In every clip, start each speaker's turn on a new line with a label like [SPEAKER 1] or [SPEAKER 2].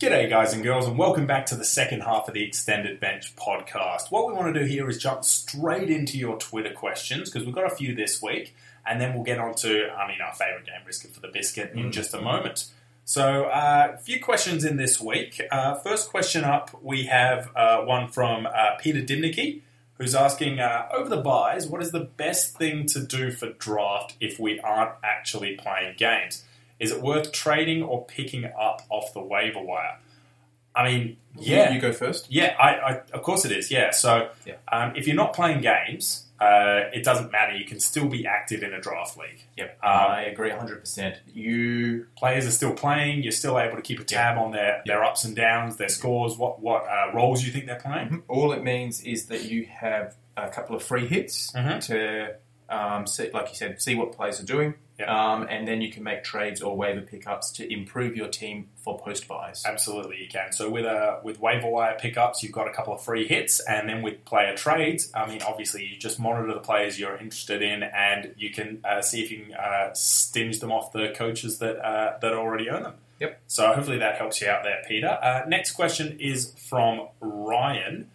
[SPEAKER 1] G'day, guys and girls, and welcome back to the second half of the Extended Bench podcast. What we want to do here is jump straight into your Twitter questions because we've got a few this week, and then we'll get on to, I mean, our favourite game, Brisket for the Biscuit, in just a moment. So, uh, a few questions in this week. Uh, first question up, we have uh, one from uh, Peter Dimnicki, who's asking uh, Over the buys, what is the best thing to do for draft if we aren't actually playing games? Is it worth trading or picking up off the waiver wire? I mean, yeah.
[SPEAKER 2] You, you go first.
[SPEAKER 1] Yeah, I, I, of course it is. Yeah, so
[SPEAKER 2] Yeah.
[SPEAKER 1] Um, if you're not playing games, uh, it doesn't matter. You can still be active in a draft league.
[SPEAKER 2] Yep. uh,
[SPEAKER 1] Um,
[SPEAKER 2] I agree 100%. You.
[SPEAKER 1] Players are still playing. You're still able to keep a tab on their, their ups and downs, their scores, what what uh, roles you think they're playing.
[SPEAKER 2] mhm, All it means is that you have a couple of free hits
[SPEAKER 1] Mhm.
[SPEAKER 2] to, um, see, like you said, see what players are doing.
[SPEAKER 1] Yep.
[SPEAKER 2] Um, and then you can make trades or waiver pickups to improve your team for post
[SPEAKER 1] Uh,
[SPEAKER 2] buys.
[SPEAKER 1] Absolutely, you can. So with uh, with waiver wire pickups, you've got a couple of free hits, and then with player trades, I mean, obviously, you just monitor the players you're interested in, and you can uh, see if you can uh, stinge them off the coaches that uh, that already own them.
[SPEAKER 2] Yep.
[SPEAKER 1] So hopefully that helps you out there, Peter. Uh, next question is from Ryan,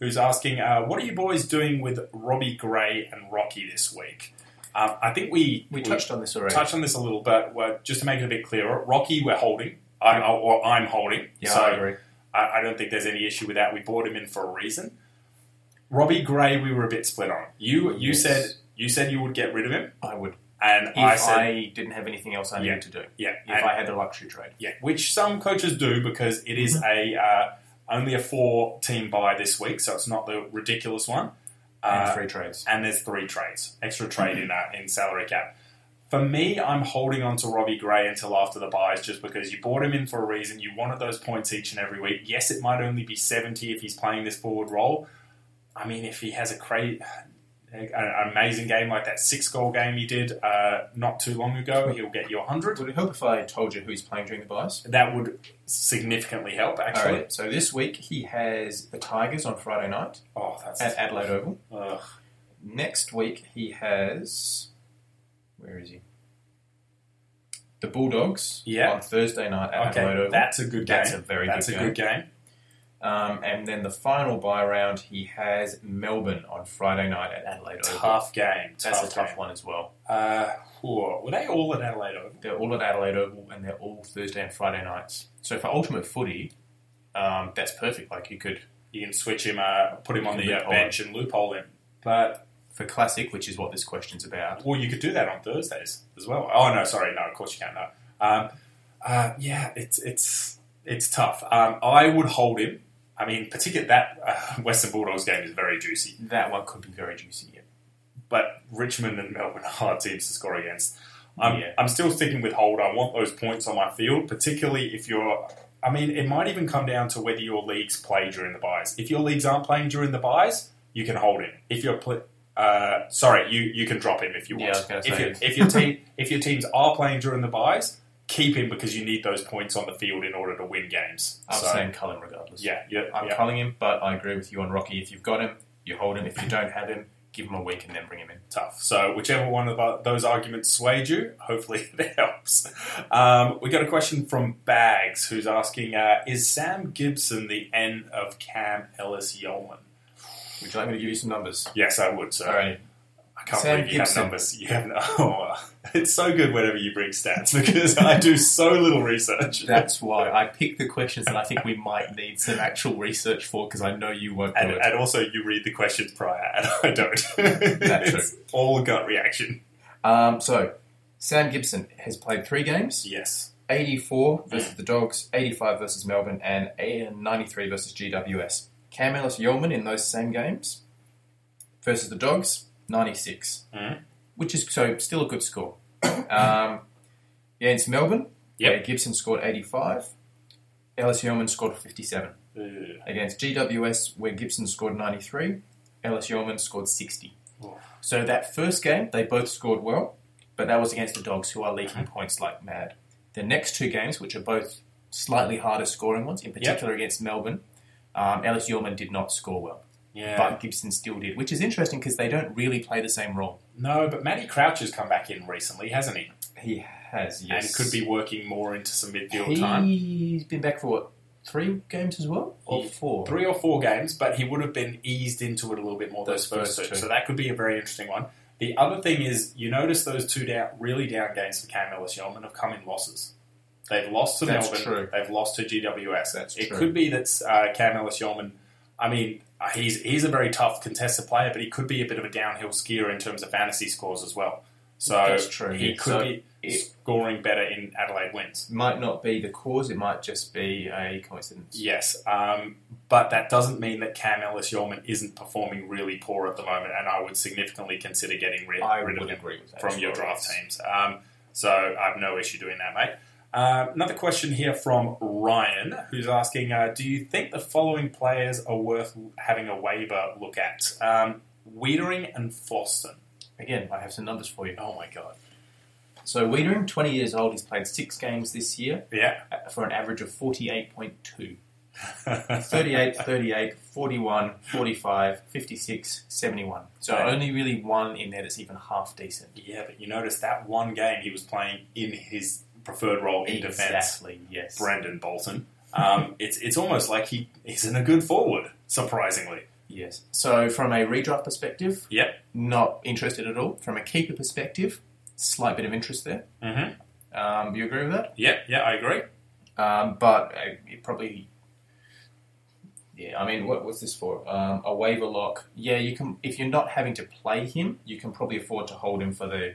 [SPEAKER 1] who's asking, uh, "What are you boys doing with Robbie Gray and Rocky this week?" Um, I think we
[SPEAKER 2] We touched on this already.
[SPEAKER 1] touched on this a little bit, but just to make it a bit clearer, Rocky we're holding, I, or I'm holding.
[SPEAKER 2] yeah,
[SPEAKER 1] so
[SPEAKER 2] I agree.
[SPEAKER 1] I, I don't think there's any issue with that. We bought him in for a reason. Robbie Gray, we were a bit split on. You you
[SPEAKER 2] Yes.
[SPEAKER 1] said you said you would get rid of him,
[SPEAKER 2] I would.
[SPEAKER 1] and
[SPEAKER 2] If
[SPEAKER 1] I
[SPEAKER 2] I,
[SPEAKER 1] said
[SPEAKER 2] didn't have anything else I
[SPEAKER 1] Yeah.
[SPEAKER 2] needed to do.
[SPEAKER 1] yeah,
[SPEAKER 2] If
[SPEAKER 1] and-
[SPEAKER 2] I had the luxury trade.
[SPEAKER 1] yeah, which some coaches do because it is
[SPEAKER 2] Mm-hmm.
[SPEAKER 1] a uh, only a four team buy this week, so it's not the ridiculous one.
[SPEAKER 2] And
[SPEAKER 1] Uh,
[SPEAKER 2] free trades.
[SPEAKER 1] and there's three trades, extra trade in uh, in salary cap. For me, I'm holding on to Robbie Gray until after the buys, just because you bought him in for a reason. You wanted those points each and every week. Yes, it might only be 70 if he's playing this forward role. I mean, if he has a cra- an amazing game like that six goal game he did uh, not too long ago, he'll get you 100.
[SPEAKER 2] Would it help if I told you who he's playing during the buys?
[SPEAKER 1] That would significantly help,
[SPEAKER 2] All
[SPEAKER 1] actually.
[SPEAKER 2] right. So this week he has the Tigers on Friday night
[SPEAKER 1] Oh, that's
[SPEAKER 2] at Adelaide Oval.
[SPEAKER 1] ugh.
[SPEAKER 2] Next week he has where is he? The Bulldogs
[SPEAKER 1] Yeah.
[SPEAKER 2] on Thursday night at Adelaide
[SPEAKER 1] okay.
[SPEAKER 2] Oval.
[SPEAKER 1] That's a good game.
[SPEAKER 2] That's a very
[SPEAKER 1] That's
[SPEAKER 2] good
[SPEAKER 1] a
[SPEAKER 2] game.
[SPEAKER 1] good game.
[SPEAKER 2] Um, and then the final buy round he has Melbourne on Friday night at Adelaide Oval.
[SPEAKER 1] Tough game.
[SPEAKER 2] That's
[SPEAKER 1] tough
[SPEAKER 2] a tough
[SPEAKER 1] game.
[SPEAKER 2] one as well.
[SPEAKER 1] Uh, whoa, were they all at Adelaide Oval?
[SPEAKER 2] They're all at Adelaide Oval and they're all Thursday and Friday nights. So for ultimate footy, um, that's perfect. Like you could
[SPEAKER 1] You can switch him, uh, put him on the uh,
[SPEAKER 2] Loophole.
[SPEAKER 1] bench and loophole him. But
[SPEAKER 2] for classic, which is what this question's about.
[SPEAKER 1] well, you could do that on Thursdays as well. Oh no, sorry, no, of course you can't. No, um, uh, yeah, it's it's it's tough. Um, I would hold him. I mean, particularly that uh, Western Bulldogs game is very juicy,
[SPEAKER 2] That one could be very juicy. Yeah.
[SPEAKER 1] but Richmond and Melbourne are hard teams to score against. I'm,
[SPEAKER 2] Yeah.
[SPEAKER 1] I'm still sticking with hold. I want those points on my field, particularly if you're. I mean, it might even come down to whether your leagues play during the buys. If your leagues aren't playing during the buys, you can hold him. If you're pl- uh, sorry, you, you can drop him if you
[SPEAKER 2] Yeah,
[SPEAKER 1] want.
[SPEAKER 2] I was gonna
[SPEAKER 1] if,
[SPEAKER 2] say.
[SPEAKER 1] your- if your team if your teams are playing during the buys, keep him because you need those points on the field in order to win games.
[SPEAKER 2] I'm
[SPEAKER 1] so,
[SPEAKER 2] saying Cullen regardless.
[SPEAKER 1] yeah, yeah,
[SPEAKER 2] I'm
[SPEAKER 1] yeah.
[SPEAKER 2] culling him, but I agree with you on Rocky. If you've got him, you hold him. If you don't have him, give him a week and then bring him in.
[SPEAKER 1] tough. So whichever one of tho- those arguments swayed you, hopefully it helps. Um, we got a question from Bags, who's asking, uh, is Sam Gibson the N of Cam Ellis Yeoman?
[SPEAKER 2] Would you like me to give you some numbers?
[SPEAKER 1] Yes, I would, sir.
[SPEAKER 2] All right.
[SPEAKER 1] I can't
[SPEAKER 2] Sam
[SPEAKER 1] believe you
[SPEAKER 2] Gibson.
[SPEAKER 1] have numbers. You have no. Oh, it's so good whenever you bring stats because I do so little research.
[SPEAKER 2] That's why I picked the questions that I think we might need some actual research for because I know you won't do
[SPEAKER 1] And,
[SPEAKER 2] it.
[SPEAKER 1] and also, you read the questions prior, and I don't.
[SPEAKER 2] That's true.
[SPEAKER 1] it's all gut reaction.
[SPEAKER 2] Um, so, Sam Gibson has played three games
[SPEAKER 1] Yes.
[SPEAKER 2] 84 versus the Dogs, 85 versus Melbourne, and 93 versus GWS. Cam Ellis Yeoman in those same games versus the Dogs, 96,
[SPEAKER 1] Mhm.
[SPEAKER 2] which is so still a good score. um, yeah, it's Melbourne.
[SPEAKER 1] Yep.
[SPEAKER 2] where Gibson scored 85. Ellis Yeoman scored 57.
[SPEAKER 1] Ugh.
[SPEAKER 2] Against GWS, where Gibson scored 93, Ellis Yeoman scored 60.
[SPEAKER 1] Oof.
[SPEAKER 2] So that first game, they both scored well, but that was against the Dogs, who are leaking points like mad. The next two games, which are both slightly harder scoring ones, in particular against Melbourne, um, Ellis Yeoman did not score well,
[SPEAKER 1] Yeah.
[SPEAKER 2] but Gibson still did, which is interesting because they don't really play the same role.
[SPEAKER 1] no, but Matty Crouch has come back in recently, hasn't he?
[SPEAKER 2] He has,
[SPEAKER 1] and could be working more into some midfield time.
[SPEAKER 2] He's been back for what three games as well, or
[SPEAKER 1] He-
[SPEAKER 2] four.
[SPEAKER 1] three or four games, but he would have been eased into it a little bit more those,
[SPEAKER 2] Those
[SPEAKER 1] first two.
[SPEAKER 2] first two.
[SPEAKER 1] So that could be a very interesting one. The other thing is, you notice those two down, really down games for Cam Ellis Yeoman have come in losses. They've lost to
[SPEAKER 2] That's
[SPEAKER 1] Melbourne.
[SPEAKER 2] true.
[SPEAKER 1] They've lost to GWS.
[SPEAKER 2] That's
[SPEAKER 1] it
[SPEAKER 2] true.
[SPEAKER 1] could be that uh, Cam Ellis Yeoman. I mean, uh, he's he's a very tough contested player, but he could be a bit of a downhill skier in terms of fantasy scores as well. So
[SPEAKER 2] That's true,
[SPEAKER 1] He
[SPEAKER 2] yeah.
[SPEAKER 1] could
[SPEAKER 2] So
[SPEAKER 1] be
[SPEAKER 2] it-
[SPEAKER 1] scoring better in Adelaide wins.
[SPEAKER 2] might not be the cause, it might just be a coincidence.
[SPEAKER 1] Yes, um, but that doesn't mean that Cam Ellis Yeoman isn't performing really poor at the moment, and I would significantly consider getting rid,
[SPEAKER 2] I
[SPEAKER 1] rid
[SPEAKER 2] would
[SPEAKER 1] of him
[SPEAKER 2] agree with that.
[SPEAKER 1] from
[SPEAKER 2] as
[SPEAKER 1] your
[SPEAKER 2] well,
[SPEAKER 1] draft
[SPEAKER 2] yes.
[SPEAKER 1] teams. Um, so I have no issue doing that, mate. Uh, another question here from Ryan, who's asking uh, Do you think the following players are worth having a waiver look at? Um, Wiedering and Forston.
[SPEAKER 2] Again, I have some numbers for you.
[SPEAKER 1] Oh my God.
[SPEAKER 2] So Wiedering, 20 years old, he's played six games this year
[SPEAKER 1] Yeah.
[SPEAKER 2] uh, for an average of 48.2. 38, 38, 41, 45, 56, 71. So
[SPEAKER 1] Okay.
[SPEAKER 2] only really one in there that's even half decent.
[SPEAKER 1] yeah, but you notice that one game he was playing in his preferred role in defense.
[SPEAKER 2] Exactly, yes.
[SPEAKER 1] Brendan Bolton. Um, it's it's almost like he isn't a good forward, surprisingly.
[SPEAKER 2] Yes. So from a redraft perspective,
[SPEAKER 1] Yep.
[SPEAKER 2] not interested at all. From a keeper perspective, slight bit of interest there.
[SPEAKER 1] Mm-hmm.
[SPEAKER 2] Um, you agree with that?
[SPEAKER 1] Yeah, yeah, I agree.
[SPEAKER 2] Um, but uh, it probably, yeah. I mean, what, what's this for? Um, a waiver lock. Yeah, you can. If you're not having to play him, you can probably afford to hold him for the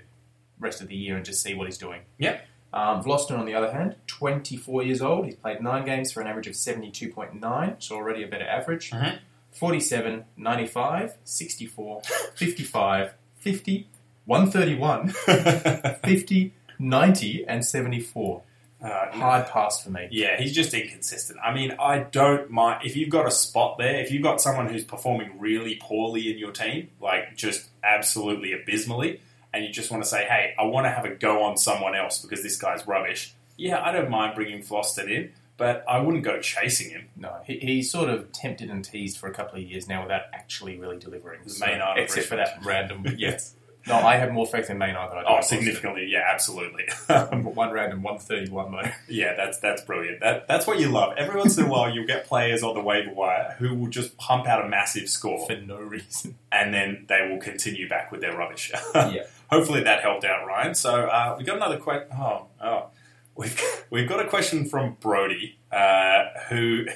[SPEAKER 2] rest of the year and just see what he's doing.
[SPEAKER 1] Yeah.
[SPEAKER 2] Um, Vlosten, on the other hand, 24 years old. He's played nine games for an average of 72.9, so already a better average.
[SPEAKER 1] Mhm.
[SPEAKER 2] 47, 95, 64, 55, 50, 131, 50, 90, and 74.
[SPEAKER 1] Uh,
[SPEAKER 2] Hard pass for me.
[SPEAKER 1] yeah, he's just inconsistent. I mean, I don't mind if you've got a spot there. If you've got someone who's performing really poorly in your team, like just absolutely abysmally, and you just want to say, "Hey, I want to have a go on someone else because this guy's rubbish." Yeah, I don't mind bringing Floston in, but I wouldn't go chasing him.
[SPEAKER 2] No, he, he's sort of tempted and teased for a couple of years now without actually really delivering.
[SPEAKER 1] This is Maynard of
[SPEAKER 2] except for
[SPEAKER 1] Richmond.
[SPEAKER 2] that random. yes. No, I have more faith in Maynard than I do.
[SPEAKER 1] Oh,
[SPEAKER 2] in Boston.
[SPEAKER 1] significantly, yeah, absolutely.
[SPEAKER 2] One random, 131 though.
[SPEAKER 1] Yeah, that's that's brilliant. That that's what you love. Every once in a while, you'll get players on the waiver wire who will just pump out a massive score,
[SPEAKER 2] for no reason.
[SPEAKER 1] and then they will continue back with their rubbish.
[SPEAKER 2] Yeah.
[SPEAKER 1] Hopefully that helped out, Ryan. So uh, we got another question. Oh, oh, we've we've got a question from Brody, uh, who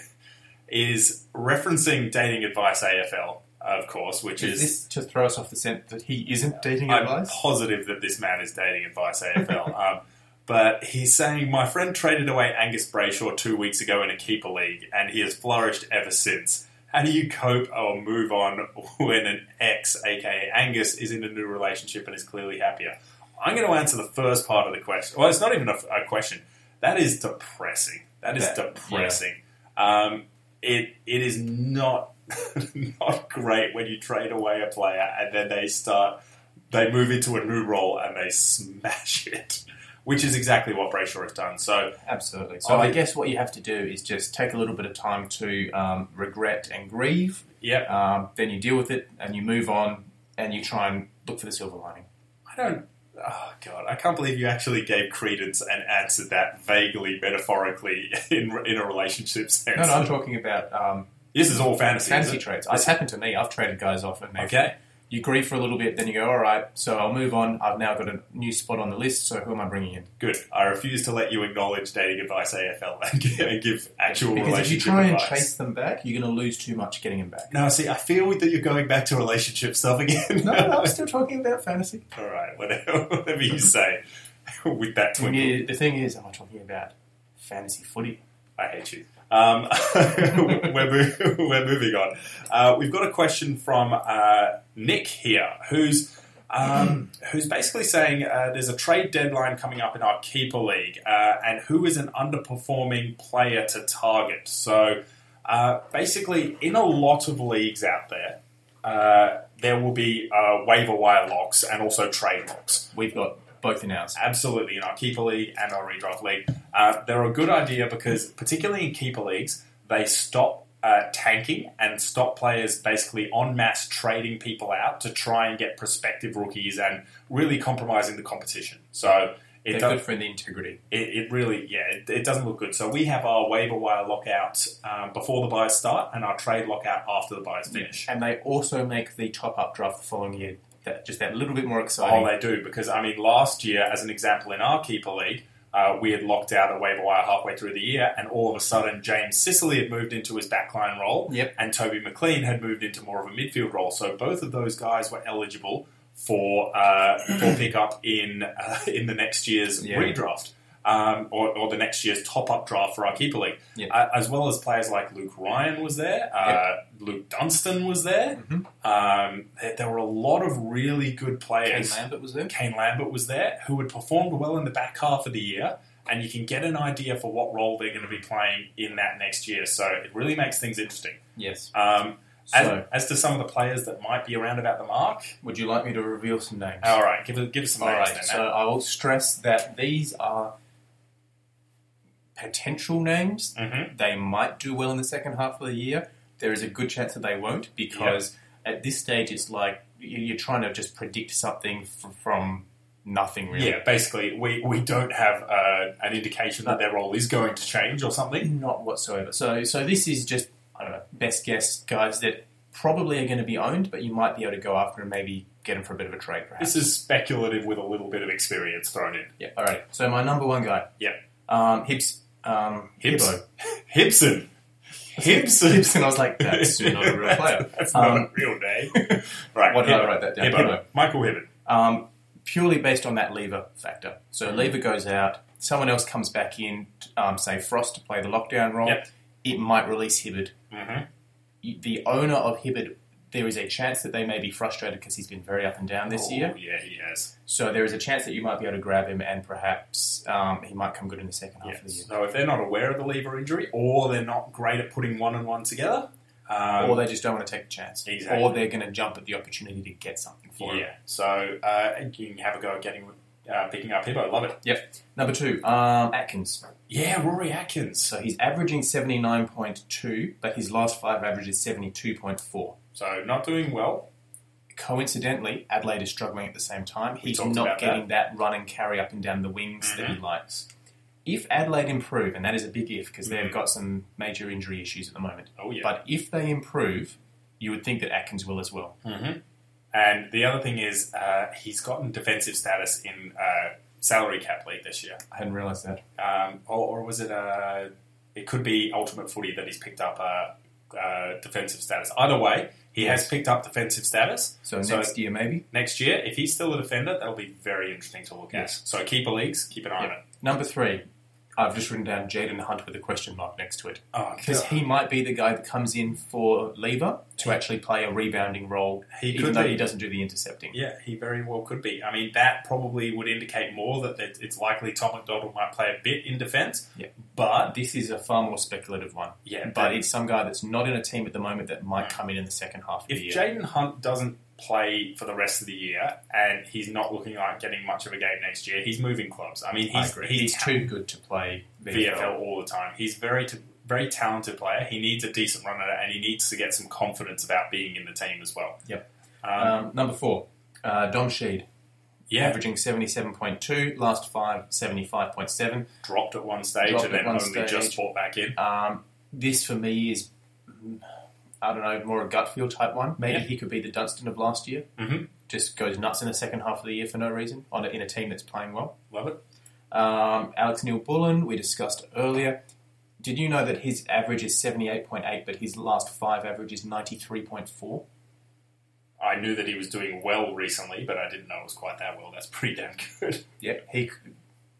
[SPEAKER 1] is referencing dating advice AFL, of course, which
[SPEAKER 2] Is
[SPEAKER 1] is.
[SPEAKER 2] this to throw us off the scent that he isn't dating
[SPEAKER 1] I'm
[SPEAKER 2] advice?
[SPEAKER 1] positive that this man is dating advice AFL. um, but he's saying, My friend traded away Angus Brayshaw two weeks ago in a keeper league, and he has flourished ever since. How do you cope or move on when an ex, aka Angus, is in a new relationship and is clearly happier? I'm going to answer the first part of the question. Well, it's not even a, a question. That is depressing. That is
[SPEAKER 2] That- yeah.
[SPEAKER 1] depressing. Um, it it is not not great when you trade away a player and then they start they move into a new role and they smash it, which is exactly what Brayshaw has done. So
[SPEAKER 2] Absolutely. So
[SPEAKER 1] I-
[SPEAKER 2] I guess what you have to do is just take a little bit of time to um, regret and grieve.
[SPEAKER 1] yeah,
[SPEAKER 2] Um, then you deal with it and you move on and you try and look for the silver lining.
[SPEAKER 1] I don't. Oh god, I can't believe you actually gave credence and answered that vaguely metaphorically in in a relationship sense.
[SPEAKER 2] No, no, I'm talking about um,
[SPEAKER 1] This is all fantasy.
[SPEAKER 2] fantasy
[SPEAKER 1] isn't
[SPEAKER 2] trades. It's happened to me. I've traded guys off and
[SPEAKER 1] it?
[SPEAKER 2] they've
[SPEAKER 1] Okay.
[SPEAKER 2] you grieve for a little bit, then you go, all right, so I'll move on. I've now got a new spot on the list, so who am I bringing in?
[SPEAKER 1] Good. I refuse to let you acknowledge dating advice AFL and give, and give actual
[SPEAKER 2] Because if you
[SPEAKER 1] relationship
[SPEAKER 2] try and
[SPEAKER 1] advice.
[SPEAKER 2] chase them back, you're going to lose too much getting them back.
[SPEAKER 1] no, see, I feel that you're going back to relationship stuff again.
[SPEAKER 2] No, no, I'm still talking about fantasy.
[SPEAKER 1] all right, whatever, whatever you say. With that
[SPEAKER 2] When
[SPEAKER 1] twinkle.
[SPEAKER 2] you- the thing is, I'm talking about fantasy footy.
[SPEAKER 1] I hate you. Um, we're, mo- we're moving on. Uh, we've got a question from uh, Nick here, who's um, who's basically saying uh, there's a trade deadline coming up in our keeper league, uh, and who is an underperforming player to target. So uh, basically, in a lot of leagues out there, uh, there will be uh, waiver wire locks and also trade locks.
[SPEAKER 2] We've got both in ours.
[SPEAKER 1] Absolutely, in our keeper league and our redraft league, uh, they're a good idea because particularly in keeper leagues, they stop uh, tanking and stop players basically en masse trading people out to try and get prospective rookies and really compromising the competition. So
[SPEAKER 2] They're
[SPEAKER 1] It,
[SPEAKER 2] good
[SPEAKER 1] does,
[SPEAKER 2] for the integrity.
[SPEAKER 1] it, it really, yeah, it, it doesn't look good. So we have our waiver wire lockout um, before the buys start and our trade lockout after the buys finish.
[SPEAKER 2] And they also make the top up draft the following year that just that little bit more
[SPEAKER 1] Oh,
[SPEAKER 2] exciting.
[SPEAKER 1] they do because I mean, last year, as an example, in our keeper league, uh, we had locked out a waiver wire halfway through the year, and all of a sudden, James Sicily had moved into his backline role,
[SPEAKER 2] Yep.
[SPEAKER 1] and Toby McLean had moved into more of a midfield role. So both of those guys were eligible for uh, for pickup in uh, in the next year's
[SPEAKER 2] Yeah.
[SPEAKER 1] redraft. Um, or, or the next year's top-up draft for our keeper league,
[SPEAKER 2] Yep.
[SPEAKER 1] Uh, as well as players like Luke Ryan was there, uh, Luke Dunstan was there,
[SPEAKER 2] Mhm.
[SPEAKER 1] um, there, there were a lot of really good
[SPEAKER 2] Kane
[SPEAKER 1] players.
[SPEAKER 2] Lambert was there.
[SPEAKER 1] Kane Oh, Lambert was there, who had performed well in the back half of the year, and you can get an idea for what role they're going to be playing in that next year. So it really makes things interesting.
[SPEAKER 2] Yes.
[SPEAKER 1] Um, as,
[SPEAKER 2] So,
[SPEAKER 1] as to some of the players that might be around about the mark,
[SPEAKER 2] would you like me to reveal some names?
[SPEAKER 1] all right, give us give us some
[SPEAKER 2] All
[SPEAKER 1] names
[SPEAKER 2] right,
[SPEAKER 1] then.
[SPEAKER 2] so
[SPEAKER 1] Matt.
[SPEAKER 2] I will stress that these are potential names.
[SPEAKER 1] Mhm.
[SPEAKER 2] They might do well in the second half of the year. There is a good chance that they won't because at this stage it's like you- you're trying to just predict something f- from nothing really.
[SPEAKER 1] Yeah, basically, we, we don't have uh, an indication that their role is going to change or something.
[SPEAKER 2] Not whatsoever. So, so this is just I don't know best guess guys that probably are going to be owned, but you might be able to go after and maybe get them for a bit of a trade, perhaps.
[SPEAKER 1] This is speculative with a little bit of experience thrown in.
[SPEAKER 2] yeah. All right. So my number one guy.
[SPEAKER 1] Yeah.
[SPEAKER 2] Um, Hips. Um,
[SPEAKER 1] Hips-
[SPEAKER 2] Hibbo.
[SPEAKER 1] Hibson. Hibson.
[SPEAKER 2] Hips, and I was like, that's not a real player.
[SPEAKER 1] That's
[SPEAKER 2] Um,
[SPEAKER 1] not a real name. right.
[SPEAKER 2] What did I
[SPEAKER 1] Hib-
[SPEAKER 2] write that down?
[SPEAKER 1] Hibbo.
[SPEAKER 2] Hibbo.
[SPEAKER 1] Michael Hibben.
[SPEAKER 2] Um, purely based on that lever factor. So
[SPEAKER 1] Mm.
[SPEAKER 2] lever goes out, someone else comes back in, um, say Frost to play the lockdown role.
[SPEAKER 1] Yep.
[SPEAKER 2] It might release Hibbard.
[SPEAKER 1] Mhm.
[SPEAKER 2] You- The owner of Hibbard, there is a chance that they may be frustrated because he's been very up and down this
[SPEAKER 1] Oh,
[SPEAKER 2] year.
[SPEAKER 1] Yeah, he has.
[SPEAKER 2] So there is a chance that you might be able to grab him and perhaps um, he might come good in the second half
[SPEAKER 1] Yeah.
[SPEAKER 2] of the year.
[SPEAKER 1] So if they're not aware of the lever injury, or they're not great at putting one and one together, um,
[SPEAKER 2] or they just don't want to take the chance.
[SPEAKER 1] Exactly.
[SPEAKER 2] Or they're going to jump at the opportunity to get something for him.
[SPEAKER 1] yeah. So uh, you can have a go at getting uh, picking up Hibbo. Love it.
[SPEAKER 2] Number two, um, Atkins.
[SPEAKER 1] Yeah, Rory Atkins.
[SPEAKER 2] So he's averaging 79.2, but his last five average is 72.4.
[SPEAKER 1] So not doing well.
[SPEAKER 2] Coincidentally, Adelaide is struggling at the same time. He's
[SPEAKER 1] talked
[SPEAKER 2] not
[SPEAKER 1] about Mm-hmm.
[SPEAKER 2] getting that. run and carry up and down the wings that he likes. If Adelaide improve, and that is a big if because
[SPEAKER 1] Mhm.
[SPEAKER 2] they've got some major injury issues at the moment,
[SPEAKER 1] Oh yeah.
[SPEAKER 2] but if they improve, you would think that Atkins will as well.
[SPEAKER 1] hmm And the other thing is uh, he's gotten defensive status in uh, salary cap league this year.
[SPEAKER 2] I hadn't realised that.
[SPEAKER 1] um, or, or was it uh, it could be ultimate footy that he's picked up uh, uh, defensive status either way he has picked up defensive status
[SPEAKER 2] So,
[SPEAKER 1] So-
[SPEAKER 2] next year, maybe.
[SPEAKER 1] next year if he's still a defender that'll be very interesting to look
[SPEAKER 2] Yes.
[SPEAKER 1] at so keeper leagues keep an eye on it
[SPEAKER 2] Number three, I've just written down Jaden Hunt with a question mark next to it.
[SPEAKER 1] oh,
[SPEAKER 2] Because
[SPEAKER 1] God.
[SPEAKER 2] he might be the guy that comes in for Lever to actually play a rebounding role,
[SPEAKER 1] He
[SPEAKER 2] even
[SPEAKER 1] could
[SPEAKER 2] though
[SPEAKER 1] be.
[SPEAKER 2] he doesn't do the intercepting.
[SPEAKER 1] yeah he very well could be I mean that probably would indicate more that it- it's likely Tom McDonald might play a bit in defence
[SPEAKER 2] Yeah.
[SPEAKER 1] but
[SPEAKER 2] This is a far more speculative one,
[SPEAKER 1] yeah
[SPEAKER 2] but it's some guy that's not in a team at the moment that might come in in the second half of
[SPEAKER 1] if
[SPEAKER 2] the year.
[SPEAKER 1] Jaden Hunt doesn't play for the rest of the year and he's not looking like getting much of a game next year he's moving clubs I mean
[SPEAKER 2] I
[SPEAKER 1] he's,
[SPEAKER 2] agree.
[SPEAKER 1] he's,
[SPEAKER 2] He's
[SPEAKER 1] ta-
[SPEAKER 2] too good to play VFL.
[SPEAKER 1] VFL all the time. He's very t- very talented player. He needs a decent runner, and he needs to get some confidence about being in the team as well.
[SPEAKER 2] Yep.
[SPEAKER 1] Um,
[SPEAKER 2] Um, number four, uh, Dom Sheed,
[SPEAKER 1] yeah,
[SPEAKER 2] averaging 77.2, last five, 75.7.
[SPEAKER 1] dropped at one stage
[SPEAKER 2] Dropped
[SPEAKER 1] and
[SPEAKER 2] at
[SPEAKER 1] then
[SPEAKER 2] one
[SPEAKER 1] only just
[SPEAKER 2] stage.
[SPEAKER 1] brought back in.
[SPEAKER 2] Um, this for me is, mm, I don't know, more a gut feel type one. Maybe
[SPEAKER 1] Yeah.
[SPEAKER 2] he could be the Dunstan of last year.
[SPEAKER 1] Mhm.
[SPEAKER 2] Just goes nuts in the second half of the year for no reason on a, in a team that's playing well.
[SPEAKER 1] Love it.
[SPEAKER 2] Um, Alex Neil Bullen, we discussed earlier. Did you know that his average is 78.8, but his last five average is 93.4?
[SPEAKER 1] I knew that he was doing well recently, but I didn't know it was quite that well. That's pretty damn good.
[SPEAKER 2] Yep. He, c-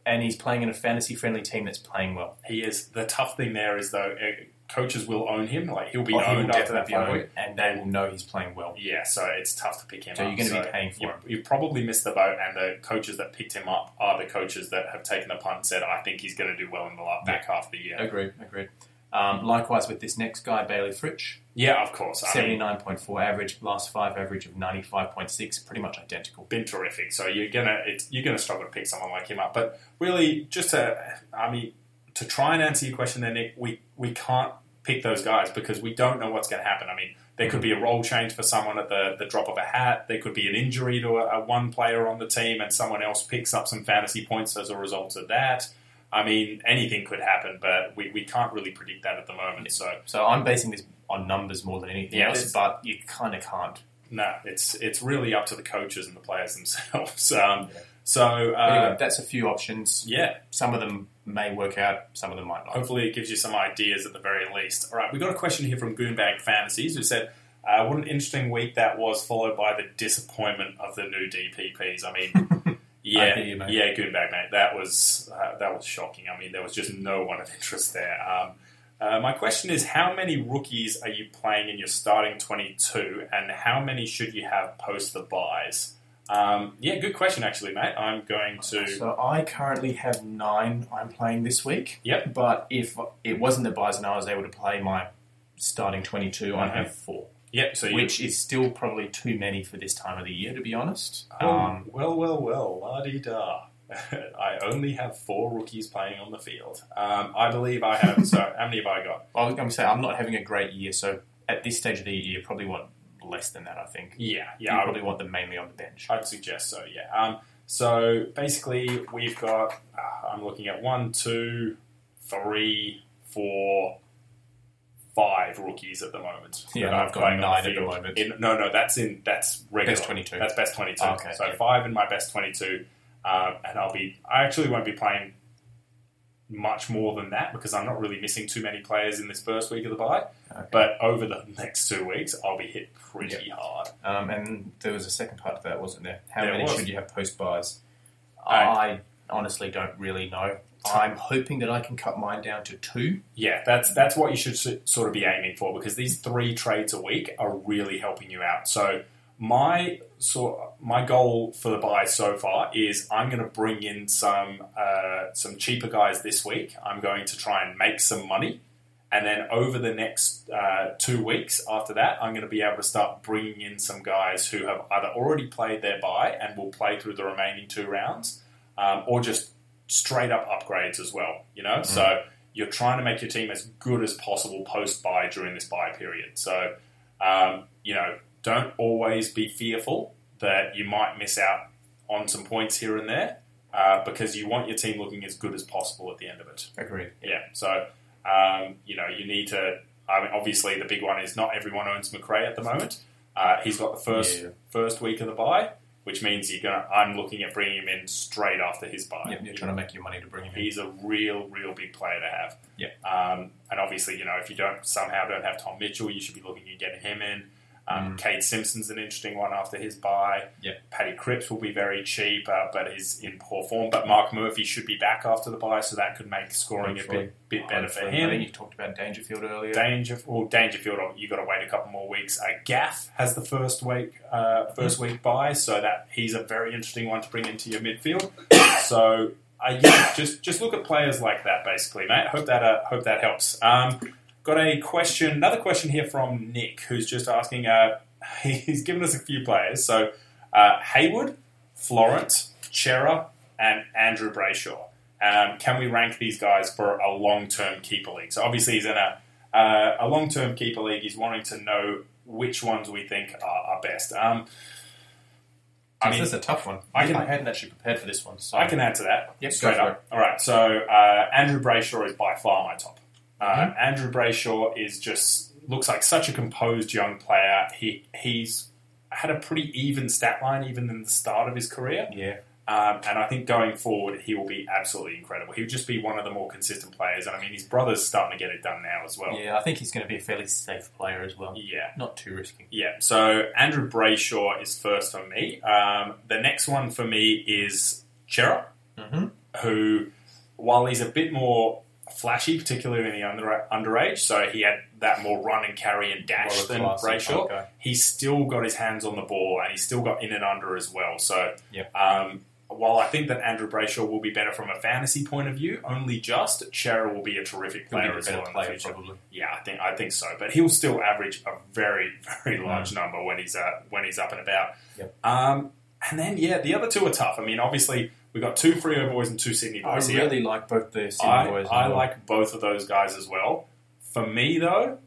[SPEAKER 2] and he's playing in a fantasy friendly team that's playing well.
[SPEAKER 1] He is. The tough thing there is though, uh, coaches will own him. Like he'll be
[SPEAKER 2] Oh, he will
[SPEAKER 1] owned after that
[SPEAKER 2] definitely be
[SPEAKER 1] five
[SPEAKER 2] owned,
[SPEAKER 1] week.
[SPEAKER 2] and they will know he's playing well.
[SPEAKER 1] Yeah, so it's tough to pick him
[SPEAKER 2] So
[SPEAKER 1] up.
[SPEAKER 2] you're gonna be paying for
[SPEAKER 1] you,
[SPEAKER 2] him.
[SPEAKER 1] You probably missed the boat, and the coaches that picked him up are the coaches that have taken the punt and said, I think he's going to do well in the la- back half of the year.
[SPEAKER 2] Agreed, agreed. Um, likewise with this next guy, Bailey Fritsch.
[SPEAKER 1] Yeah, of course. I mean,
[SPEAKER 2] 79.4 average, last five average of 95.6, pretty much identical.
[SPEAKER 1] been terrific. So you're gonna it's, you're gonna struggle to pick someone like him up. But really, just to I mean, to try and answer your question, there, Nick, we we can't pick those guys because we don't know what's going to happen. I mean, there could be a role change for someone at the, the drop of a hat. There could be an injury to a, a one player on the team, and someone else picks up some fantasy points as a result of that. I mean, anything could happen, but we, we can't really predict that at the moment. So
[SPEAKER 2] So I'm basing this on numbers more than anything
[SPEAKER 1] Yeah,
[SPEAKER 2] else,
[SPEAKER 1] it's-
[SPEAKER 2] but you kind of can't.
[SPEAKER 1] no, it's it's really up to the coaches and the players themselves. Um,
[SPEAKER 2] Yeah.
[SPEAKER 1] So
[SPEAKER 2] anyway,
[SPEAKER 1] uh,
[SPEAKER 2] that's a few options.
[SPEAKER 1] yeah,
[SPEAKER 2] Some of them may work out, some of them might not.
[SPEAKER 1] hopefully it gives you some ideas at the very least. All right, we got a question here from Goonbag Fantasies who said, uh, "What an interesting week that was, followed by the disappointment of the new DPPs." I mean. Yeah,
[SPEAKER 2] hear you, mate.
[SPEAKER 1] yeah, Goonbag, mate. That was uh, that was shocking. I mean, there was just no one of interest there. Um, uh, my question is, how many rookies are you playing in your starting twenty-two, and how many should you have post the buys? Um, yeah, good question, actually, mate. I'm going to.
[SPEAKER 2] So I currently have nine I'm playing this week.
[SPEAKER 1] Yep.
[SPEAKER 2] But if it wasn't the buys and I was able to play my starting 22, I
[SPEAKER 1] Mhm.
[SPEAKER 2] have four,
[SPEAKER 1] Yep. So you,
[SPEAKER 2] which is still probably too many for this time of the year, to be honest.
[SPEAKER 1] Oh,
[SPEAKER 2] Um,
[SPEAKER 1] well, well, well, la di da. I only have four rookies playing on the field. Um, I believe I have. so, how many have I got?
[SPEAKER 2] I was going to say, I'm not having a great year, so at this stage of the year, you probably want less than that, I think.
[SPEAKER 1] Yeah, yeah.
[SPEAKER 2] you
[SPEAKER 1] I would,
[SPEAKER 2] probably want them mainly on the bench.
[SPEAKER 1] I'd suggest so. Yeah. Um, so basically, we've got. Uh, I'm looking at one, two, three, four, five rookies at the moment.
[SPEAKER 2] Yeah,
[SPEAKER 1] that I'm
[SPEAKER 2] I've got
[SPEAKER 1] playing on
[SPEAKER 2] nine at the
[SPEAKER 1] field.
[SPEAKER 2] moment.
[SPEAKER 1] In, no, no, that's in that's regular.
[SPEAKER 2] Best 22.
[SPEAKER 1] That's best twenty-two.
[SPEAKER 2] Oh, okay,
[SPEAKER 1] so
[SPEAKER 2] yeah.
[SPEAKER 1] five in my best twenty-two, um, and I'll be. I actually won't be playing much more than that because I'm not really missing too many players in this first week of the bye.
[SPEAKER 2] Okay.
[SPEAKER 1] But over the next two weeks, I'll be hit pretty hard.
[SPEAKER 2] Um, and there was a second part to that, wasn't there? How
[SPEAKER 1] There
[SPEAKER 2] many
[SPEAKER 1] was.
[SPEAKER 2] should you have post buys?
[SPEAKER 1] Alright.
[SPEAKER 2] I honestly don't really know. I'm hoping that I can cut mine down to two.
[SPEAKER 1] Yeah, that's that's what you should s- sort of be aiming for because these three trades a week are really helping you out. So my so my goal for the buy so far is I'm going to bring in some uh, some cheaper guys this week. I'm going to try and make some money, and then over the next uh, two weeks after that, I'm going to be able to start bringing in some guys who have either already played their buy and will play through the remaining two rounds, um, or just straight up upgrades as well. You know, so you're trying to make your team as good as possible post buy during this buy period. So, um, you know, don't always be fearful that you might miss out on some points here and there uh, because you want your team looking as good as possible at the end of it.
[SPEAKER 2] Agreed.
[SPEAKER 1] Yeah. So, um, you know, you need to. I mean, obviously, the big one is not everyone owns McRae at the moment. Uh, he's got the first
[SPEAKER 2] Yeah.
[SPEAKER 1] first week of the buy, which means you're gonna. I'm looking at bringing him in straight after his buy.
[SPEAKER 2] Yep, you're trying to make your money to bring him in.
[SPEAKER 1] He's a real, real big player to have.
[SPEAKER 2] Yeah.
[SPEAKER 1] Um, and obviously, you know, if you don't somehow don't have Tom Mitchell, you should be looking at getting him in. Um, Kate Simpson's an interesting one after his buy.
[SPEAKER 2] Mm. Yeah.
[SPEAKER 1] Paddy Cripps will be very cheap, uh, but is in poor form. But Mark Murphy should be back after the buy, so that could make scoring a
[SPEAKER 2] Hopefully.
[SPEAKER 1] bit, bit better for
[SPEAKER 2] Hopefully. I think
[SPEAKER 1] him.
[SPEAKER 2] you talked about Dangerfield earlier.
[SPEAKER 1] Danger, well, Dangerfield, you got to wait a couple more weeks. Uh, Gaff has the first week, uh, first week buy, so that he's a very interesting one to bring into your midfield. so uh, yeah, just just look at players like that, basically, mate. Hope that uh, hope that helps. Um, got a question, another question here from Nick, who's just asking. Uh, he's given us a few players, so uh, Haywood, Florent, Chera, and Andrew Brayshaw. Um, can we rank these guys for a long-term keeper league? So obviously he's in a uh, a long term keeper league is wanting to know which ones we think are, are best. Um, I
[SPEAKER 2] This
[SPEAKER 1] mean,
[SPEAKER 2] is a tough one.
[SPEAKER 1] I
[SPEAKER 2] I,
[SPEAKER 1] can-
[SPEAKER 2] hadn't actually prepared for this one. So
[SPEAKER 1] I can answer that
[SPEAKER 2] Yep,
[SPEAKER 1] straight
[SPEAKER 2] go for
[SPEAKER 1] up. All right, so uh, Andrew Brayshaw is by far my top. Uh,
[SPEAKER 2] Mhm.
[SPEAKER 1] Andrew Brayshaw is just looks like such a composed young player. He he's had a pretty even stat line even in the start of his career.
[SPEAKER 2] Yeah.
[SPEAKER 1] Um, and I think going forward, he will be absolutely incredible. He'll just be one of the more consistent players. And I mean, his brother's starting to get it done now as well.
[SPEAKER 2] Yeah, I think he's going to be a fairly safe player as well.
[SPEAKER 1] yeah.
[SPEAKER 2] Not too risky.
[SPEAKER 1] Yeah, so Andrew Brayshaw is first for me. Um, the next one for me is Chera,
[SPEAKER 2] Mm-hmm.
[SPEAKER 1] who, while he's a bit more flashy, particularly in the under- underage, so he had that more run and carry and dash than Brayshaw, he's still got his hands on the ball and he's still got in and under as well. So,
[SPEAKER 2] Yep.
[SPEAKER 1] um, while I think that Andrew Brayshaw will be better from a fantasy point of view, only just, Chera will be a terrific
[SPEAKER 2] He'll be
[SPEAKER 1] player
[SPEAKER 2] the
[SPEAKER 1] as
[SPEAKER 2] better
[SPEAKER 1] well in the
[SPEAKER 2] player
[SPEAKER 1] future.
[SPEAKER 2] probably.
[SPEAKER 1] Yeah, I think I think so. But he'll still average a very very large number when he's uh, when he's up and about.
[SPEAKER 2] Mm. Yep.
[SPEAKER 1] Um, and then yeah, the other two are tough. I mean, obviously we have got two Frio boys and two Sydney
[SPEAKER 2] I
[SPEAKER 1] boys here.
[SPEAKER 2] really like both the Sydney
[SPEAKER 1] I,
[SPEAKER 2] boys.
[SPEAKER 1] I like both of those guys as well. For me, though,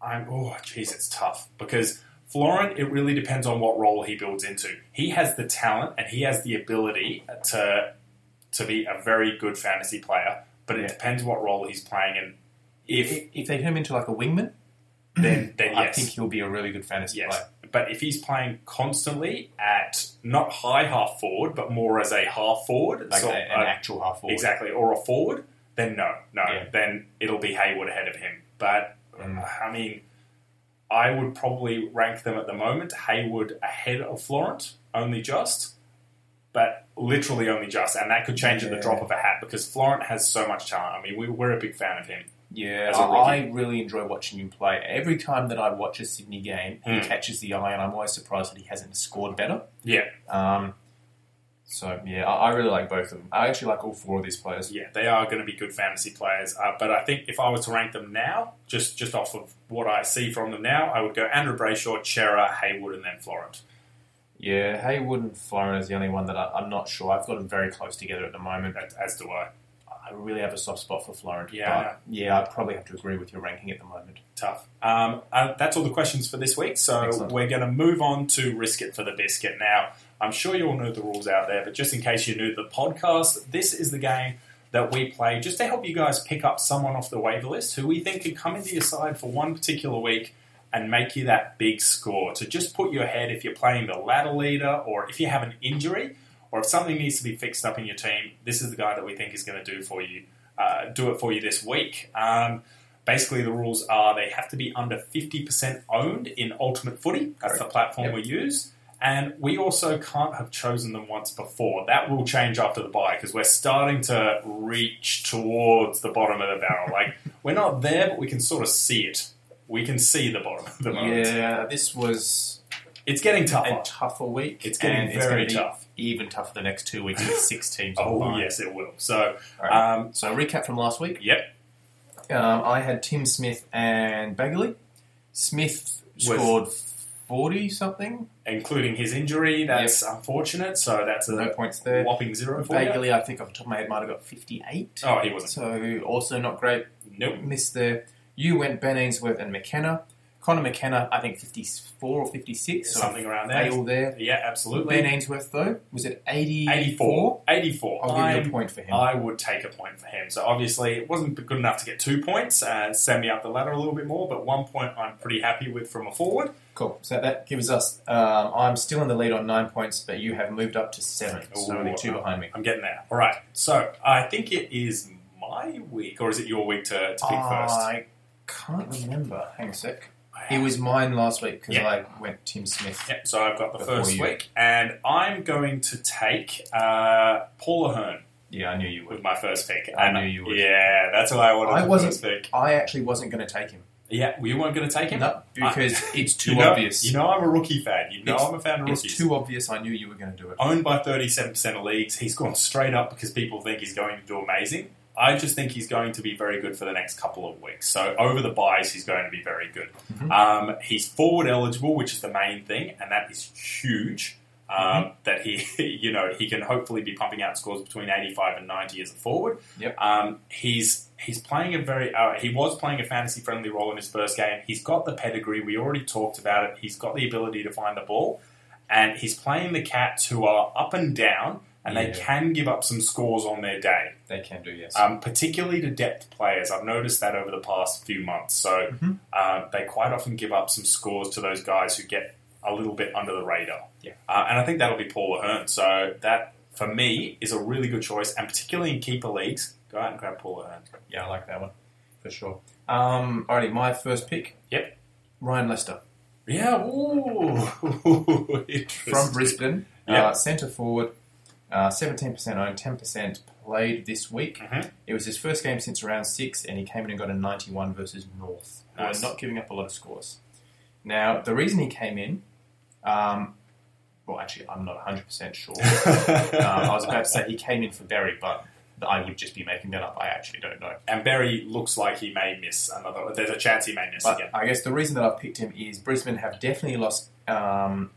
[SPEAKER 1] I'm oh jeez, it's tough because Florent. It really depends on what role he builds into. He has the talent and he has the ability to to be a very good fantasy player, but it
[SPEAKER 2] Yeah.
[SPEAKER 1] depends what role he's playing and if
[SPEAKER 2] If they turn him into like a wingman,
[SPEAKER 1] then then
[SPEAKER 2] I
[SPEAKER 1] yes.
[SPEAKER 2] think he'll be a really good fantasy
[SPEAKER 1] Yes.
[SPEAKER 2] player.
[SPEAKER 1] But if he's playing constantly at not high half forward, but more as a half forward,
[SPEAKER 2] Like
[SPEAKER 1] so-
[SPEAKER 2] a- an
[SPEAKER 1] uh,
[SPEAKER 2] actual half forward.
[SPEAKER 1] exactly, or a forward, then no, no,
[SPEAKER 2] Yeah.
[SPEAKER 1] then it'll be Hayward ahead of him. But
[SPEAKER 2] Mm.
[SPEAKER 1] I mean, I would probably rank them at the moment Hayward ahead of Florent, only just, but literally only just, and that could change at the
[SPEAKER 2] Yeah.
[SPEAKER 1] drop of a hat because Florent has so much talent. I mean, we, we're a big fan of him.
[SPEAKER 2] Yeah,
[SPEAKER 1] As a
[SPEAKER 2] I, I really enjoy watching him play. Every time that I watch a Sydney game, he
[SPEAKER 1] Hmm.
[SPEAKER 2] catches the eye, and I'm always surprised that he hasn't scored better.
[SPEAKER 1] Yeah.
[SPEAKER 2] Um, so yeah, I, I really like both of them. I actually like all four of these players.
[SPEAKER 1] Yeah, they are going to be good fantasy players. Uh, but I think if I was to rank them now, just just off of what I see from them now, I would go Andrew Brayshaw, Chera, Haywood, and then Florent.
[SPEAKER 2] Yeah, Haywood and Florin is the only one that I, I'm not sure. I've got them very close together at the moment.
[SPEAKER 1] As, as do I.
[SPEAKER 2] I really have a soft spot for Florin.
[SPEAKER 1] Yeah, I know.
[SPEAKER 2] but yeah, I probably have to agree with your ranking at the moment.
[SPEAKER 1] Tough. Um, uh, that's all the questions for this week. So
[SPEAKER 2] Excellent.
[SPEAKER 1] we're going to move on to Risk It for the Biscuit now. I'm sure you all know the rules out there, but just in case you're new to the podcast, this is the game that we play just to help you guys pick up someone off the waiver list who we think could come into your side for one particular week and make you that big score. So just put your head if you're playing the ladder leader or if you have an injury or if something needs to be fixed up in your team, this is the guy that we think is going to do for you, uh, do it for you this week. Um, basically, the rules are they have to be under 50% owned in Ultimate Footy. That's the platform
[SPEAKER 2] Yep.
[SPEAKER 1] we use. And we also can't have chosen them once before. That will change after the buy because we're starting to reach towards the bottom of the barrel. Like, we're not there, but we can sort of see it. We can see the bottom of the moment.
[SPEAKER 2] Yeah, this was
[SPEAKER 1] It's getting
[SPEAKER 2] a
[SPEAKER 1] tougher.
[SPEAKER 2] tougher week.
[SPEAKER 1] It's getting
[SPEAKER 2] and
[SPEAKER 1] very
[SPEAKER 2] it's gonna be
[SPEAKER 1] tough.
[SPEAKER 2] Even tougher the next two weeks with six teams.
[SPEAKER 1] Oh,
[SPEAKER 2] online.
[SPEAKER 1] yes, it will. So,
[SPEAKER 2] All right.
[SPEAKER 1] um,
[SPEAKER 2] So recap from last week.
[SPEAKER 1] yep,
[SPEAKER 2] Um, I had Tim Smith and Bagley. Smith
[SPEAKER 1] Was-
[SPEAKER 2] scored forty something,
[SPEAKER 1] including his injury. That's unfortunate. So that's
[SPEAKER 2] so no
[SPEAKER 1] a
[SPEAKER 2] points there.
[SPEAKER 1] whopping zero for you.
[SPEAKER 2] Bagley, I think off the top of my head, might have got fifty-eight.
[SPEAKER 1] Oh, he wasn't.
[SPEAKER 2] So also not great.
[SPEAKER 1] Nope.
[SPEAKER 2] Missed there. You went Ben Ainsworth and McKenna. Connor McKenna, I think fifty-four or fifty-six. So
[SPEAKER 1] Something around there.
[SPEAKER 2] fail there.
[SPEAKER 1] Yeah,
[SPEAKER 2] Ben
[SPEAKER 1] absolutely.
[SPEAKER 2] Ainsworth though was at
[SPEAKER 1] 84.
[SPEAKER 2] eighty-four.
[SPEAKER 1] 84.
[SPEAKER 2] I'll give you a
[SPEAKER 1] I'm-
[SPEAKER 2] point for him.
[SPEAKER 1] I would take a point for him. So obviously, it wasn't good enough to get two points and send me up the ladder a little bit more, but one point I'm pretty happy with from a forward.
[SPEAKER 2] Cool. So that gives us. Um, I'm still in the lead on nine points, but you have moved up to seven. so
[SPEAKER 1] Ooh.
[SPEAKER 2] only two behind me.
[SPEAKER 1] I'm getting there. All right. So I think it is my week, or is it your week to, to pick first?
[SPEAKER 2] I can't remember. Hang on a sec. Uh, It was mine last week because
[SPEAKER 1] Yeah.
[SPEAKER 2] I went Tim Smith.
[SPEAKER 1] Yeah, so I've got the
[SPEAKER 2] Before
[SPEAKER 1] first
[SPEAKER 2] you.
[SPEAKER 1] week, and I'm going to take uh, Paula Hearn.
[SPEAKER 2] Yeah, I knew you would.
[SPEAKER 1] with my first pick.
[SPEAKER 2] I
[SPEAKER 1] And-
[SPEAKER 2] knew you would.
[SPEAKER 1] Yeah, that's what I wanted.
[SPEAKER 2] I
[SPEAKER 1] with
[SPEAKER 2] wasn't-
[SPEAKER 1] first pick.
[SPEAKER 2] I actually wasn't going to take him.
[SPEAKER 1] Yeah, well, you weren't going to take him.
[SPEAKER 2] No, because it's too
[SPEAKER 1] you know,
[SPEAKER 2] obvious.
[SPEAKER 1] You know, I'm a rookie fan. You know,
[SPEAKER 2] It's-
[SPEAKER 1] I'm a fan of
[SPEAKER 2] it's
[SPEAKER 1] rookies.
[SPEAKER 2] too obvious. I knew you were going to do it.
[SPEAKER 1] Owned by 37% of leagues, he's gone straight up because people think he's going to do amazing. I just think he's going to be very good for the next couple of weeks. So over the buys, he's going to be very good.
[SPEAKER 2] Mhm.
[SPEAKER 1] Um, he's forward eligible, which is the main thing, and that is huge. Um, That he, you know, he can hopefully be pumping out scores between eighty-five and ninety as a forward.
[SPEAKER 2] Yep.
[SPEAKER 1] Um, he's he's playing a very uh, he was playing a fantasy friendly role in his first game. He's got the pedigree. We already talked about it. He's got the ability to find the ball, and he's playing the Cats, who are up and down, and they
[SPEAKER 2] Yeah.
[SPEAKER 1] can give up some scores on their day
[SPEAKER 2] They can do yes.
[SPEAKER 1] um, particularly to depth players. I've noticed that over the past few months. So
[SPEAKER 2] Mhm.
[SPEAKER 1] uh, they quite often give up some scores to those guys who get a little bit under the radar.
[SPEAKER 2] Yeah.
[SPEAKER 1] Uh, and I think that'll be Paul Ahern. So that, for me, is a really good choice. And particularly in keeper leagues, go out and grab Paul Ahern.
[SPEAKER 2] yeah, I like that one for sure. Um, alrighty, my first pick.
[SPEAKER 1] Yep.
[SPEAKER 2] Ryan Lester
[SPEAKER 1] Yeah, ooh.
[SPEAKER 2] from
[SPEAKER 1] Interesting.
[SPEAKER 2] Brisbane, uh,
[SPEAKER 1] Yep.
[SPEAKER 2] centre forward, uh, seventeen percent owned, ten percent played this week.
[SPEAKER 1] Mhm.
[SPEAKER 2] It was his first game since round six, and he came in and got a 91 versus North, who
[SPEAKER 1] Nice.
[SPEAKER 2] are not giving up a lot of scores. Now, the reason he came in, um, well, actually, I'm not 100% sure. um, I was about to say he came in for Berry, but I would just be making that up. I actually don't know.
[SPEAKER 1] and Berry looks like he may miss another. There's a chance he may miss
[SPEAKER 2] But
[SPEAKER 1] again.
[SPEAKER 2] I guess the reason that I've picked him is Brisbane have definitely lost um,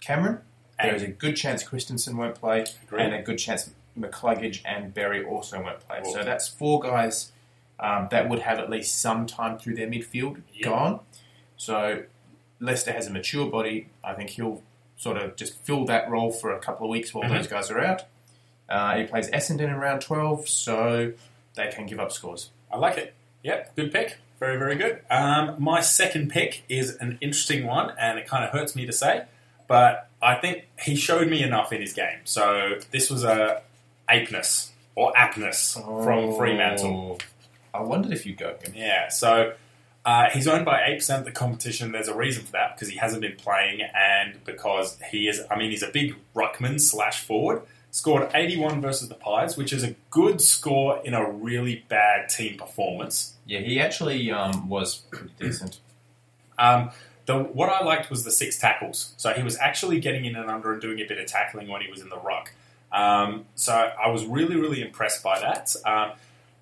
[SPEAKER 2] Cameron. There is a good chance Christensen won't play,
[SPEAKER 1] Agreed.
[SPEAKER 2] and a good chance McCluggage and Berry also won't play.
[SPEAKER 1] Well-
[SPEAKER 2] So that's four guys um, that would have at least some time through their midfield
[SPEAKER 1] Yeah.
[SPEAKER 2] gone. So Leicester has a mature body. I think he'll sort of just fill that role for a couple of weeks while
[SPEAKER 1] Mhm.
[SPEAKER 2] those guys are out. Uh, he plays Essendon in round 12, so they can give up scores.
[SPEAKER 1] I like it. Yep, good pick. Very, very good. Um, my second pick is an interesting one, and it kind of hurts me to say, but I think he showed me enough in his game. So this was a Apeness or Apness
[SPEAKER 2] Oh.
[SPEAKER 1] from Fremantle.
[SPEAKER 2] I wondered if you'd go him.
[SPEAKER 1] Yeah, so uh, he's owned by 8% of the competition. There's a reason for that because he hasn't been playing and because he is, I mean, he's a big ruckman slash forward. Scored 81 versus the Pies, which is a good score in a really bad team performance.
[SPEAKER 2] Yeah, he actually um, was pretty decent.
[SPEAKER 1] Um, the, what I liked was the six tackles. So he was actually getting in and under and doing a bit of tackling when he was in the ruck. Um, so I was really, really impressed by that. Um,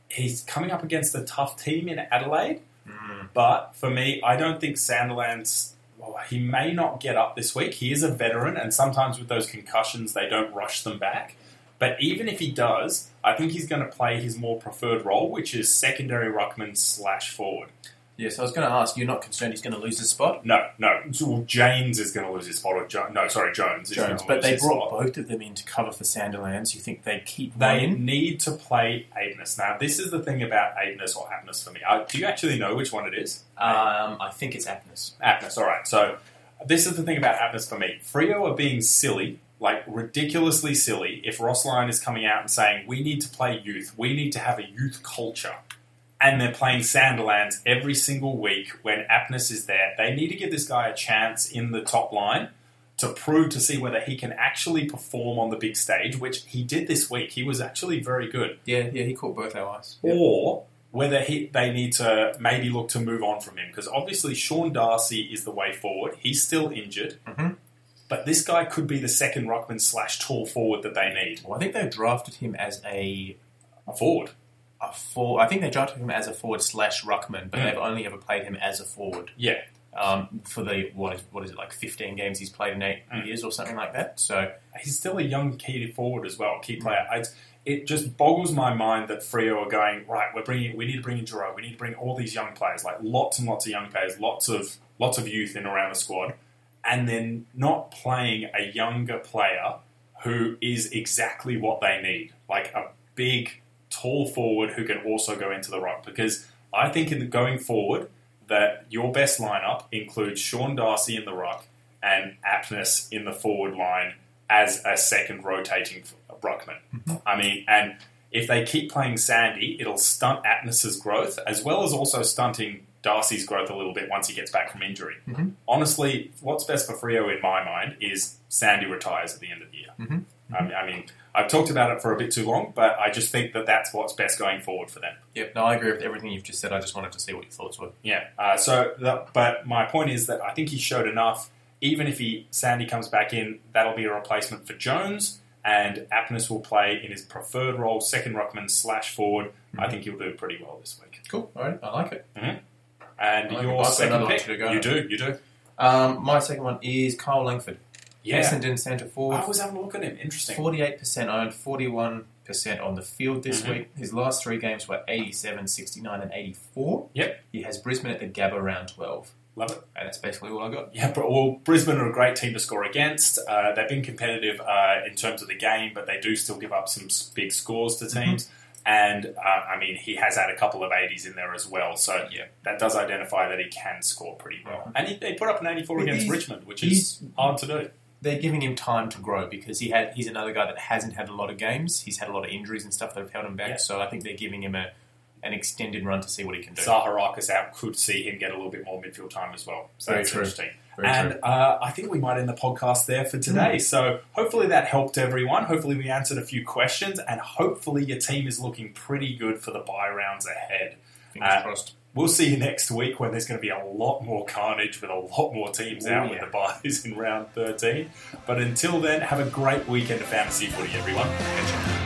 [SPEAKER 1] he's coming up against a tough team in Adelaide.
[SPEAKER 2] Mm.
[SPEAKER 1] But for me, I don't think Sanderland's. Well, he may not get up this week. He is a veteran, and sometimes with those concussions, they don't rush them back. But even if he does, I think he's going to play his more preferred role, which is secondary ruckman slash forward.
[SPEAKER 2] Yeah, so I was going to ask, you're not concerned he's going to lose his spot?
[SPEAKER 1] No, no. Well, James is going to lose his spot. Or jo- no, sorry, Jones. Is gonna
[SPEAKER 2] Jones, but
[SPEAKER 1] lose
[SPEAKER 2] they
[SPEAKER 1] his
[SPEAKER 2] brought
[SPEAKER 1] spot.
[SPEAKER 2] both of them in to cover for Sanderlands. You think they keep one
[SPEAKER 1] They
[SPEAKER 2] in?
[SPEAKER 1] need to play Adenus. Now, this is the thing about Adenus or Apnus for me. I, do you actually know which one it is?
[SPEAKER 2] Um, I think it's Agnes.
[SPEAKER 1] Apnus, all right. So this is the thing about Apnus for me. Frio are being silly, like ridiculously silly, if Ross Lyon is coming out and saying, we need to play youth, we need to have a youth culture. And they're playing Sanderlands every single week when Apnus is there. They need to give this guy a chance in the top line to prove to see whether he can actually perform on the big stage, which he did this week. He was actually very good
[SPEAKER 2] Yeah, yeah, he caught both our eyes.
[SPEAKER 1] or whether he, they need to maybe look to move on from him. Because obviously, Sean Darcy is the way forward. He's still injured.
[SPEAKER 2] Mhm.
[SPEAKER 1] But this guy could be the second Ruckman slash tall forward that they need.
[SPEAKER 2] Well, I think they drafted him as a
[SPEAKER 1] A forward.
[SPEAKER 2] a four. I think they drafted him as a forward slash ruckman, but
[SPEAKER 1] Mm.
[SPEAKER 2] they've only ever played him as a forward
[SPEAKER 1] Yeah.
[SPEAKER 2] um, for the what is what is it like fifteen games he's played in eight
[SPEAKER 1] Mm.
[SPEAKER 2] years or something like that. So
[SPEAKER 1] He's still a young key forward as well, key player. I, it just boggles my mind that Frio are going, right, we're bringing, we need to bring in Giroud. We need to bring all these young players, like lots and lots of young players, lots of, lots of youth in around the squad. And then not playing a younger player who is exactly what they need, like a big, tall forward who can also go into the ruck. Because I think in the, going forward, that your best lineup includes Sean Darcy in the ruck and Aptness in the forward line as a second rotating f- ruckman. I mean, and if they keep playing Sandy, it'll stunt Aptness's growth as well as also stunting Darcy's growth a little bit once he gets back from injury.
[SPEAKER 2] Mhm.
[SPEAKER 1] Honestly, what's best for Frio in my mind is Sandy retires at the end of the year.
[SPEAKER 2] Mhm.
[SPEAKER 1] I, mean, I mean, I've talked about it for a bit too long, but I just think that that's what's best going forward for them.
[SPEAKER 2] yep, no, I agree with everything you've just said. I just wanted to see what your thoughts were.
[SPEAKER 1] Yeah. Uh, so, the, but my point is that I think he showed enough. Even if he Sandy comes back in, that'll be a replacement for Jones, and Apnus will play in his preferred role, second ruckman slash forward.
[SPEAKER 2] Mm-hmm.
[SPEAKER 1] I think he'll do pretty well this week.
[SPEAKER 2] Cool, all right, I like it.
[SPEAKER 1] And
[SPEAKER 2] I like it. I've
[SPEAKER 1] your
[SPEAKER 2] got
[SPEAKER 1] second
[SPEAKER 2] another one
[SPEAKER 1] pick,
[SPEAKER 2] to go.
[SPEAKER 1] you do, you do.
[SPEAKER 2] Um, my second one is Kyle Langford,
[SPEAKER 1] Yeah.
[SPEAKER 2] Essendon centre forward.
[SPEAKER 1] I was having a look at him. Interesting.
[SPEAKER 2] Forty-eight percent owned, forty-one percent on the field this
[SPEAKER 1] Mhm.
[SPEAKER 2] week. His last three games were 87, 69, and eighty-four.
[SPEAKER 1] Yep.
[SPEAKER 2] He has Brisbane at the Gabba round twelve,
[SPEAKER 1] Love it.
[SPEAKER 2] and that's basically all I got.
[SPEAKER 1] Yeah, but well, Brisbane are a great team to score against. Uh, they've been competitive uh, in terms of the game, but they do still give up some s- big scores to
[SPEAKER 2] Mm-hmm.
[SPEAKER 1] teams. And uh, I mean, he has had a couple of 80s in there as well, so
[SPEAKER 2] Yeah.
[SPEAKER 1] that does identify that he can score pretty well.
[SPEAKER 2] Mhm.
[SPEAKER 1] And he, they put up an 84
[SPEAKER 2] But
[SPEAKER 1] against
[SPEAKER 2] he's-
[SPEAKER 1] Richmond, which is hard to do.
[SPEAKER 2] They're giving him time to grow because he had he's another guy that hasn't had a lot of games. He's had a lot of injuries and stuff that have held him back.
[SPEAKER 1] Yeah.
[SPEAKER 2] So I think they're giving him a an extended run to see what he can do.
[SPEAKER 1] Zaharakis out could see him get a little bit more midfield time as well. So
[SPEAKER 2] Very
[SPEAKER 1] that's
[SPEAKER 2] true.
[SPEAKER 1] interesting.
[SPEAKER 2] Very true. Hmm.
[SPEAKER 1] and uh, I think we might end the podcast there for today. So hopefully that helped everyone. Hopefully we answered a few questions, and hopefully your team is looking pretty good for the buy rounds ahead.
[SPEAKER 2] Fingers
[SPEAKER 1] uh,
[SPEAKER 2] crossed.
[SPEAKER 1] We'll see you next week when there's going to be a lot more carnage with a lot more teams
[SPEAKER 2] Oh,
[SPEAKER 1] out
[SPEAKER 2] yeah.
[SPEAKER 1] with the buys in round 13. But until then, have a great weekend of fantasy footy, everyone. Catch you.